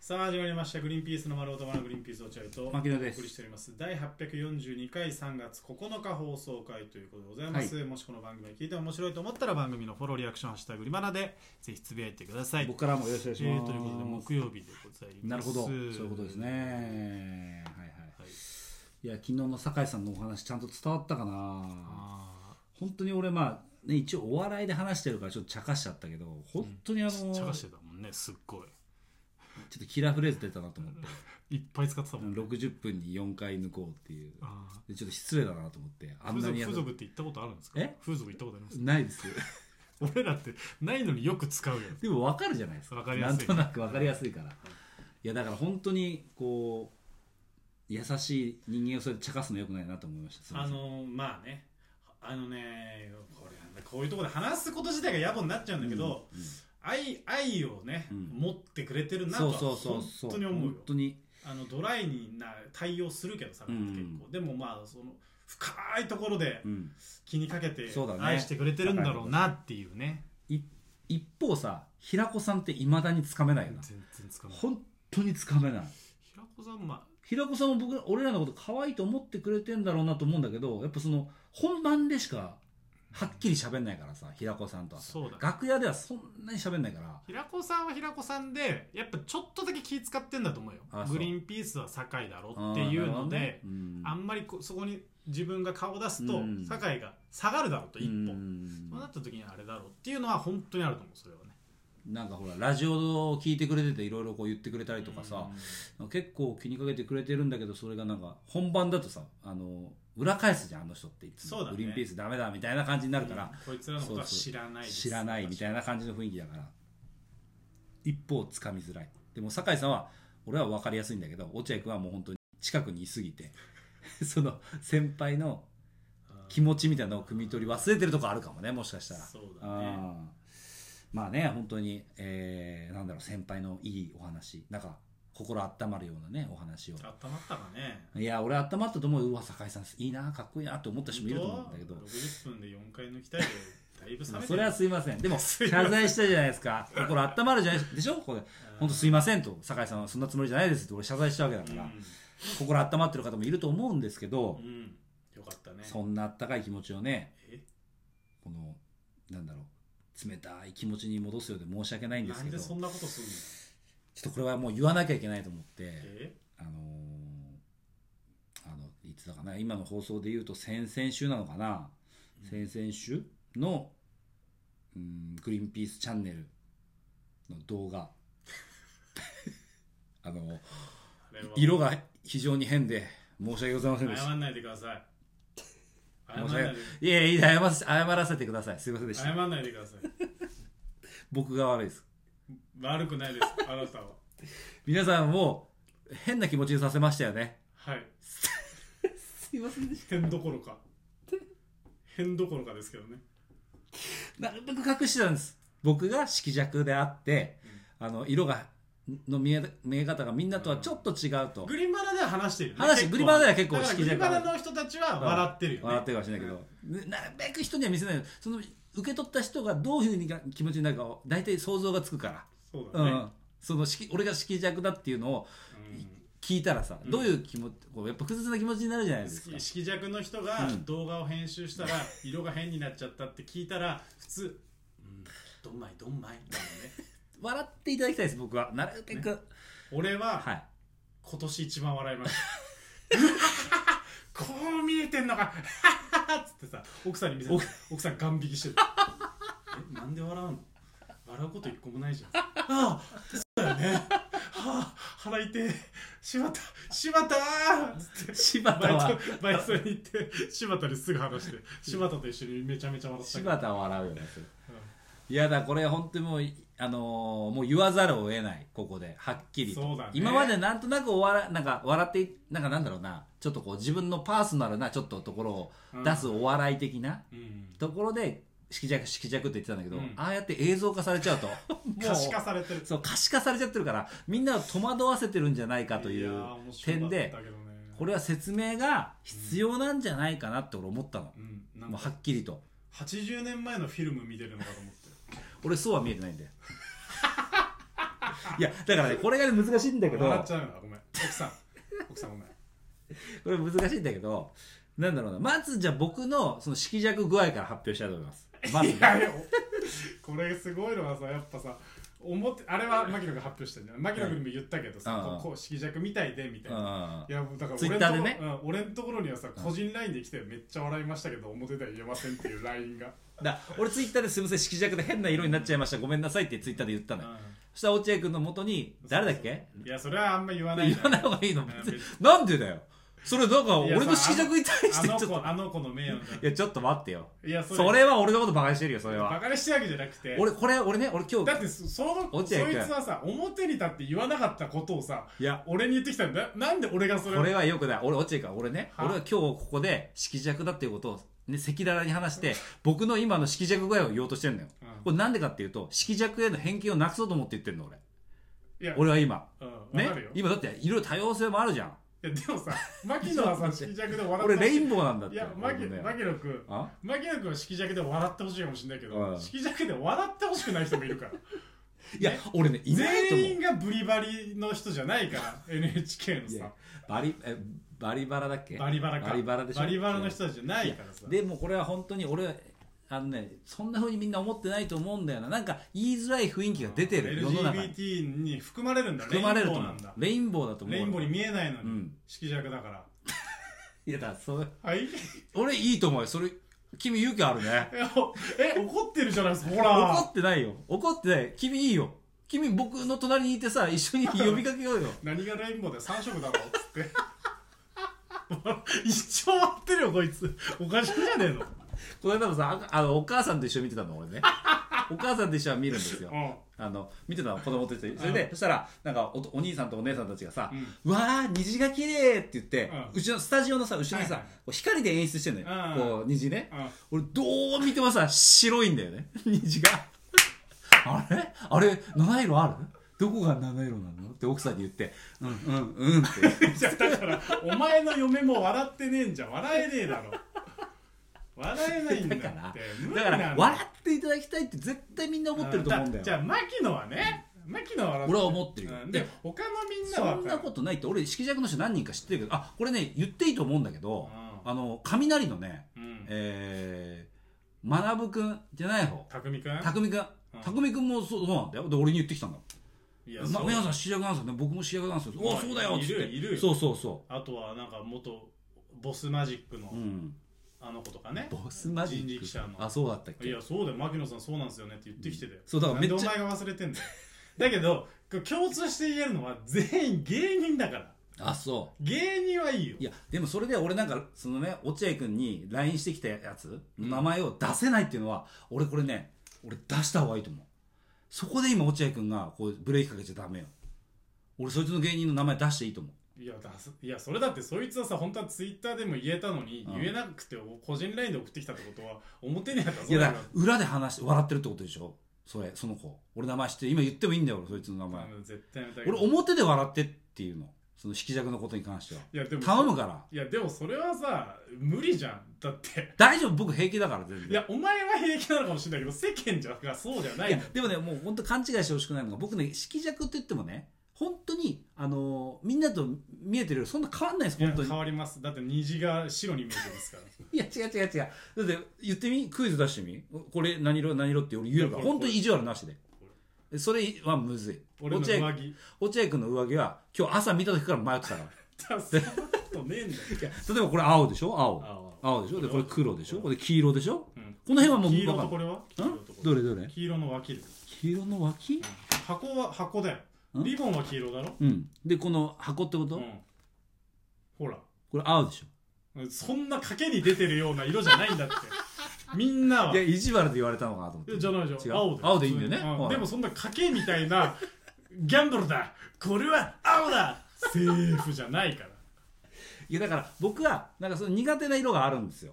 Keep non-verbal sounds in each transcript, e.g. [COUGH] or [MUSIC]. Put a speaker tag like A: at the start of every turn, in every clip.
A: さあ始まりました「グリーンピースの丸男のグリーンピース落合」と
B: 牧野で
A: お送りし
B: す。
A: ております第842回3月9日放送回ということでございます、もしこの番組を聞いて面白いと思ったら番組のフォローリアクション「ハッシュタグリマナ」でぜひつぶやいてください
B: 僕からもよろしくお
A: え
B: 願いしま
A: ー
B: す。
A: ということで木曜日でございます
B: なるほど、そういうことですね。はいはい。いや昨日の酒井さんのお話ちゃんと伝わったかな。
A: あ
B: 本当に俺まあね一応お笑いで話してるからちょっと茶化しちゃったけど、本当にあの、
A: ー
B: ち
A: 茶
B: ょ
A: 化
B: っ
A: してたもんねすっごい
B: とキラーフレーズ出たなと思って、
A: いっぱい使ってたもんね
B: 60分に4回抜こうっていう。
A: あー
B: でちょっと失礼だなと思って、あんなにや
A: 風俗風
B: る
A: 俗って行ったことあるんですか
B: え
A: 風俗行ったことあります
B: ないです。
A: 俺らってないのによく使うよ
B: でも分かるじゃないですか。
A: 分かりやすい
B: なんとなく分かりやすいから。いや、だから本当に、こう、優しい人間をそれで茶化すのよくないなと思いました。すいま
A: あ
B: せん
A: のまあねあのねこれなんだこういうところで話すこと自体が野暮になっちゃうんだけど、
B: うんうん
A: 愛愛をね、
B: うん
A: 持ってくれてるなと
B: そ
A: は
B: うそうそうそ
A: 本
B: う。
A: 当に思うよ
B: 本当に。
A: あのドライにな対応するけどさ、
B: うん
A: 結構でもまあその深いところで
B: うん。
A: 気にかけて
B: そうだね
A: 愛してくれてるんだろうなっていうね
B: い一方さ、平子さんって未だにつかめないよな。
A: 全然つかない
B: 本当につかめない。
A: 平子さんまあ
B: 平子さんも僕ら、俺らのこと可愛いと思ってくれてんだろうなと思うんだけど、やっぱその、本番でしか、はっきり喋んないからさ、平子さんとはさ。
A: そうだ
B: 楽屋ではそんなに喋んないから。
A: 平子さんは平子さんでやっぱちょっとだけ気使ってんだと思うよ
B: あそ
A: グ
B: う
A: リーンピースは酒井だろっていうので、
B: あー、なるほどねうん
A: あんまりこそこに自分が顔を出すと、
B: うん
A: 酒井が下がるだろうと一歩、
B: うん
A: そうなった時にあれだろうっていうのは本当にあると思うそれはね
B: なんかほらラジオを聞いてくれてていろいろこう言ってくれたりとかさ、結構気にかけてくれてるんだけどそれがなんか本番だとさあの裏返すじゃんあの人っていつも
A: そうだね
B: グリーンピースダメだみたいな感じになるから、
A: うんこいつらのことは知らないです
B: 知らないみたいな感じの雰囲気だから一方つかみづらいでも酒井さんは俺は分かりやすいんだけど落合君はもう本当に近くにいすぎて [LAUGHS] その先輩の
A: うん
B: 気持ちみたいなのを汲み取り忘れてるとこあるかもねもしかしたら
A: そうだね
B: あーまあね本当に、えーなんだろう先輩のいいお話なんか心温まるようなねお話を
A: あったまったかね
B: いや俺温まったと思うようわ酒井さんいいなかっこいいなと思った人もいると思うんだけど
A: 本当60分で4回抜きたいでだいぶ冷めてる
B: それはすいませんでも
A: すいません
B: 謝罪したじゃないですか心温まるじゃないでしょこれ本当すいませんと酒井さんはそんなつもりじゃないですって俺謝罪したわけだから、心温まってる方もいると思うんですけど
A: うん、、うん、よかったね
B: そんなあったかい気持ちをね
A: え
B: このなんだろう冷たい気持ちに戻すようで申し訳ないんです
A: なん
B: け
A: で
B: ど
A: そんなことするの
B: ちょっとこれはもう言わなきゃいけないと思って、
A: え
B: あのーあの、いつだかな、今の放送で言うと先々週なのかな、
A: うん
B: 先々週の、うん、グリーンピースチャンネルの動画。 [LAUGHS] あの、
A: あれは
B: 色が非常に変で、申し訳ございませんでし
A: 謝
B: た。
A: んないでください謝
B: 申
A: ん
B: し
A: ない
B: 訳
A: で
B: いやいや、謝らせ謝らせてください。すいませんでし
A: 謝
B: た。
A: んないでください
B: 僕が悪いです。
A: 悪く [LAUGHS] ないですあなたは
B: 皆さんを変な気持ちにさせましたよね。
A: はい
B: すいませんでし
A: 変どころか変どころかですけどね
B: た。なるべく隠してたんです。僕が色弱であって、あの色がの見え見え方がみんなとはちょっと違うと、
A: グリバナでは話してるよね
B: 話
A: 結構
B: グリバナでは結構
A: だから
B: 色
A: グ
B: じゃ
A: リ
B: ん
A: バナの人たちは笑ってるよね
B: 笑ってるかもしれないけど、ねなるべく人には見せないその受け取った人がどういうふうにが気持ちになるかを大体想像がつくから、
A: そう
B: う
A: だ
B: ん
A: ね
B: その色俺が色弱だっていうのを聞いたらさ、
A: うん
B: どういう気持ちこうやっぱ複雑な気持ちになるじゃない
A: うん
B: ですか
A: 色色弱の人が
B: うん
A: 動画を編集したら色が変になっちゃったって聞いたら普通うんどんまいどんま [LAUGHS] いだよね
B: 笑っていただきたいです僕はなるべく、
A: 俺
B: は
A: はい今年一番笑いました [LAUGHS] こう見えてんのか [LAUGHS] っつってさ奥さんに見せて奥さんガン引きしてる [LAUGHS] えなんで笑うの笑うこと一個もないじゃん [LAUGHS] ああそうだよねはあ腹痛い柴田柴田ーっつって
B: 柴
A: バ [LAUGHS]
B: 田
A: イ
B: は
A: トバイトに行って柴田にすぐ話して柴田と一緒にめちゃめちゃ笑ったけど
B: 柴田は笑うよねそれいやだこれ本当にもう、あのーもう言わざるを得ないここではっきりと
A: そうだね
B: 今までなんとなくお笑なんか笑っていなんかなんだろうなちょっとこう自分のパーソナルなちょっとところを
A: うん
B: 出すお笑い的な
A: うん
B: ところで色弱色弱って言ってたんだけど、
A: うん
B: ああやって映像化され
A: [LAUGHS]
B: ちゃうともう
A: 可視化されてる
B: そう可視化されちゃってるからみんなを戸惑わせてるんじゃないかという
A: やー面白か
B: 点
A: ったけ
B: で
A: どね
B: これは説明が必要なんじゃないかなって俺思ったの、
A: うんなん
B: も
A: か
B: うはっきりと
A: 80年前のフィルム見てるのかと思って
B: [LAUGHS] 俺そうは見えてないんだよいやだからねこれがね難しいんだけど
A: 笑っちゃうなごめん奥さん奥さんご [LAUGHS] めん
B: これ難しいんだけどなんだろうなまずじゃあ僕のその色弱具合から発表したいと思いますま
A: [LAUGHS]
B: ず
A: いやいやおこれすごいのはさやっぱさ表あれは牧野が発表したじゃん牧野君にも言ったけどさ、
B: うん
A: こうこう色弱みたいでみたいな、
B: うん
A: いやもうだから
B: Twitter でね
A: 俺のとこうん、俺のところにはさ個人 LINE で来てめっちゃ笑いましたけど表では言えませんっていう LINE
B: [LAUGHS]
A: が、
B: だ俺ツイッターですいません色弱で変な色になっちゃいましたごめんなさいってツイッターで言ったのよ、そしたら落合君のもとに誰だっけ
A: いやそれはあんま言わない
B: 言わない方がいいの
A: うん
B: 別になんでだよそれなんか俺の色弱に対し
A: あ
B: てちょ
A: の
B: っと
A: 子あの子の名誉
B: [LAUGHS] いやちょっと待ってよ
A: いや
B: それは俺のことバカにしてるよそれ
A: バ
B: は
A: カにしてるわけじゃなくて
B: 俺これ俺ね俺今
A: だ
B: 日
A: ってそそのそ
B: 落合
A: いつ
B: 君
A: はさ表に立って言わなかったことをさ
B: いや
A: 俺に言ってきたんだなんで俺がそれ
B: これはよくない俺落合君俺ね
A: は
B: 俺は今日ここで色弱だっていうことをね赤裸々に話して僕の今の色弱具合を言おうとしてるのよ
A: うん
B: これなんでかっていうと色弱への偏見をなくそうと思って言ってるの俺
A: いや
B: 俺は今
A: うん、わ
B: ね
A: かるよ、
B: 今だっていろいろ多様性もあるじゃん
A: いやでもさ牧野はさ色弱で笑って
B: 俺レイン
A: ボ
B: ボーなんだって
A: いや牧
B: 俺ね
A: 牧野君
B: あ
A: 牧野君は色弱で笑ってほしいかもしれないけ
B: う
A: ど
B: ん
A: 色弱で笑ってほしくない人もいるから
B: いや
A: ね
B: 俺ねいないと思う
A: 全員がブリバリの人じゃないから NHK の
B: い
A: さ
B: やバリえバリバラだっけ
A: バリバラか
B: バリバラでしょ
A: バリバラの人たちじゃないからさ
B: でもこれは本当に俺あのねそんなふうにみんな思ってないと思うんだよななんか言いづらい雰囲気が出てる世の中に
A: LGBT に含まれるんだ
B: 含まれると思
A: レイ
B: う
A: ンボーなんだ
B: レインボーだと思う
A: レインボーに見えないの
B: う
A: に、
B: ん
A: 色弱だから
B: いやだからそれ
A: はいい [LAUGHS]
B: 俺いいと思うよそれ君勇気あるね
A: やおえ怒ってるじゃないですかほら
B: 怒ってないよ怒ってない君いいよ君僕の隣にいてさ一緒に呼びかけよ
A: [LAUGHS]
B: うよ
A: 何がレインボーで3色だろうっつって一応合ってるよこいつおかしくじゃねえの
B: この間もさああのお母さんと一緒に見てたの俺ねお母さんと一緒は見るんですよあの見てたの子供と一緒にそれで、
A: うん
B: そしたらなんかおとお兄さんとお姉さんたちがさ「
A: うん
B: うわー虹が綺麗って言って、
A: う
B: うちのスタジオのさ後ろにさ、
A: はいはい
B: こう光で演出してんのよ、
A: うん
B: こう虹ね、
A: うん
B: 俺どう見てもさ白いんだよね虹があれあれ七色あるどこが七色なのって奥さんに言って「うんうんうん」って
A: じゃあだからお前の嫁も笑ってねえんじゃ笑えねえだろ笑えないんだ
B: だ
A: って
B: から
A: 無理
B: だ
A: なん
B: から笑っていただきたいって絶対みんな思ってると思うんだよ
A: じゃあ牧野はね牧野は笑って
B: 俺は思ってるよ
A: うんで
B: で
A: 他のみんなは
B: そんなことないって俺色弱の人何人か知ってるけどあこれね言っていいと思うんだけど、
A: うん
B: あの雷のね
A: うん
B: えー、学くんじゃない方
A: 匠くん
B: 匠くん匠くんもそうそうなんだよで俺に言ってきたんだ
A: い
B: 「ま皆さん主役なんですよね僕も主役なんですよ」
A: う
B: お
A: ん
B: そうだよ」っつっ
A: いる
B: て
A: よいるよ
B: そうそうそ
A: あとはなんか元ボスマジックの
B: ううん
A: あの子とかね、
B: ボスマジ
A: 人
B: ッ
A: 力
B: ク
A: 車の
B: あそうだったっ
A: い
B: け
A: やそうだよ牧野さんそうなんですよねって言ってきてたよ、
B: そうだからめっちゃ
A: なんでお前が忘れてんだよ [LAUGHS] だけどこれ共通して言えるのは全員芸人だから
B: あそ
A: 芸人はいいよ
B: ういやでもそれで俺なんかそのね落合君に LINE してきたやつの名前を出せないっていうのは俺これね俺出した方がいいと思うそこで今落合君がこうブレーキかけちゃダメよ俺そいつの芸人の名前出していいと思う
A: いやだすいやそれだってそいつはさ本当はツイッターでも言えたのに、
B: うん
A: 言えなくて個人 LINE で送ってきたってことは表には出
B: い
A: さ
B: や
A: な
B: だ
A: い
B: から裏で話して笑ってるってことでしょそれその子俺名前知ってる今言ってもいいんだよ俺そいつの名前
A: うん絶対やめた
B: 俺表で笑ってっていうのその色弱のことに関してはい
A: やでも
B: 頼むから
A: いやでもそれはさ無理じゃんだって
B: 大丈夫僕平気だから全然
A: いやお前は平気なのかもしれないけど世間じゃがそうじゃないいん
B: や
A: だよ
B: でもねもう本当勘違いしてほしくないのが僕ね色弱って言ってもね本当にあのーみんなと見えてるよりそんな変わんないです
A: いや
B: 本当に
A: 変わりますだって虹が白に見えてますから
B: いや違う違う違うだって言ってみクイズ出してみこれ何色何色って俺言えるか
A: い
B: ら
A: やこれ
B: 本当に意地悪なしでそれはむずい
A: 俺の
B: 落合
A: 上着
B: 落合君の上着は今日朝見た時から迷ってたから
A: [LAUGHS] だそんなことねえんだよ
B: いや例えばこれ青でしょ青
A: 青
B: 青でしょでこれ黒でしょこれ黄色でしょ
A: うん
B: この辺はもう
A: 黄色
B: わ
A: と
B: か
A: こ
B: る
A: れは黄色とこ
B: どれどれ
A: れ黄色の脇で
B: 黄色の脇
A: 箱は箱だよ
B: ん
A: リボンは黄色だろ
B: うんでこの箱ってこと、
A: うんほら
B: これ青でしょ
A: そんな賭けに出てるような色じゃないんだってみんなはい
B: や意地悪で言われたのかなと思って
A: じゃないじ
B: 違
A: ゃ
B: うん
A: 青で
B: 青でいいんだよね
A: う
B: はい
A: でもそんな賭けみたいなギャンブルだこれは青だセーフじゃないから
B: いやだから僕はなんかその苦手な色があるんですよ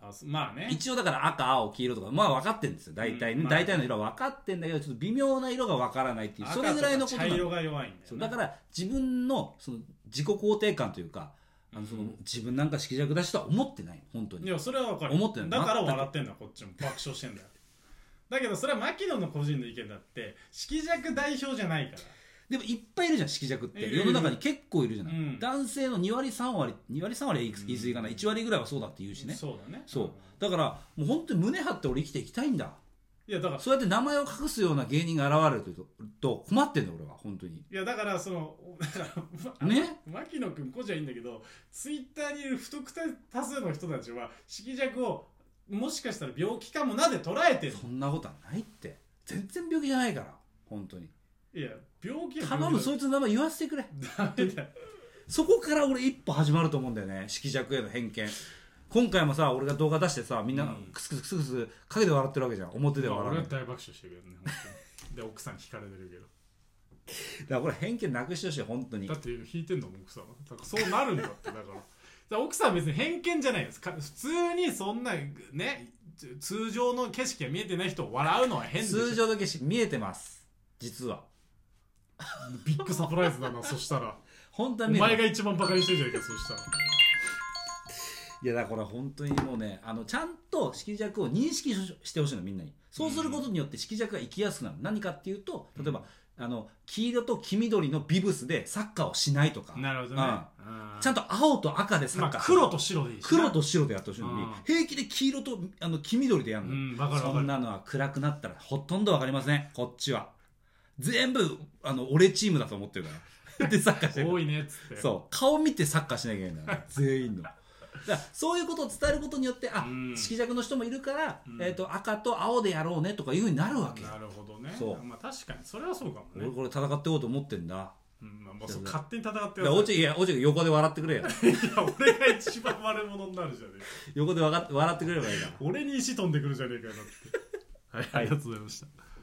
A: あそまあね
B: 一応だから赤青黄色とかまあ分かってるんですよ大体ね、
A: うん
B: 大体の色は分かってんだけどちょっと微妙な色が分からないっていう
A: 赤
B: そ
A: と
B: れ
A: か
B: ぐらいのことな
A: 茶色
B: の
A: が弱いんだ
B: そ
A: よ
B: う
A: な
B: だから自分のその自己肯定感というかあのその自分なんか色弱だしとは思ってない本当
A: い
B: に
A: やそれは分かる
B: 思ってんの
A: だから笑ってんだこっちも爆笑してんだよだけどそれは牧野の個人の意見だって色弱代表じゃないから
B: でもいっぱいいるじゃん色弱って
A: いる
B: 世の中に結構いるじゃない、
A: うん
B: 男性の2割3割2割3割は言い言い過ぎかな、
A: うん
B: 1割ぐらいはそうだって言うしね
A: そうだね
B: そうだからもう本当に胸張って俺生きていきたいんだ
A: いやだから
B: そうやって名前を隠すような芸人が現れるとと困ってんだ俺は本当に
A: いやだからそのだから [LAUGHS]
B: ね
A: ま牧野君個じゃいいんだけどツイッターにいる不特多数の人たちは色弱をもしかしたら病気かもなで捉えてる
B: そんなことはないって全然病気じゃないから本当に
A: いや病気は
B: 頼むそ
A: い
B: いつの名前言わせてくれ
A: ダメだよ
B: そこから俺一歩始まると思うんだよね色弱への偏見今回もさ俺が動画出してさみん
A: う
B: なんクスクスクスクス陰で笑ってるわけじゃん表では
A: まあ
B: 笑わない
A: 大爆笑してるけどね本当にで奥さん聞かれてるけど
B: だからこれ偏見なくしてほしい本当に
A: だって引いてんのもん奥さんはだからそうなるんだってだから [LAUGHS] だから奥さんは別に偏見じゃないですか普通にそんなねつ通常の景色が見えてない人を笑うのは変でしょ
B: 通常だけし見えてます実は
A: ビッグサプライズだな
B: [LAUGHS]
A: そしたら
B: 本当
A: お
B: は見えて
A: 前
B: ま
A: が
B: す
A: 一番バカにしてるじゃないかそしたら
B: いやだから本当にもうねあのちゃんと色弱を認識ししてほしいのみんなにそうすることによって色弱が生きやすくなる何かっていうと例えば、あの黄色と黄緑のビブスでサッカーをしないとか
A: なるほどね
B: うん
A: あー
B: ちゃんと青と赤でサッ
A: ま
B: カ
A: あ
B: ー、
A: 黒と白でいいしな
B: 黒と白でやってほしいのに、
A: うん
B: 平気で黄色とあの黄緑でやる
A: う
B: の、
A: んわかるわ
B: そ
A: か
B: ん
A: る
B: なのは暗くなったらほとんどわかりませんこっちは全部あの俺チームだと思ってるか
A: [LAUGHS]
B: らでサッカーしてる
A: 多いねっつって
B: そう顔見てサッカーしなきゃいけな
A: [LAUGHS]
B: いんだよ全員のだからそういうことを伝えることによってあ、
A: うん
B: 色弱の人もいるから、
A: うん
B: えー、と赤と青でやろうねとかいうふうになるわけ
A: なるほどね
B: そう
A: まあ確かにそれはそうかも
B: 俺
A: ね
B: これ戦っておこうと思ってんだ
A: うんまあまあそう勝手に戦って
B: い
A: だ
B: や
A: さい
B: おちいやおちが横で笑ってくれよ
A: いや俺が一番悪者になるじゃねえか
B: 横でわか笑ってくれればいいから
A: 俺に石飛んでくるじゃねえかよだってはいありがとうございました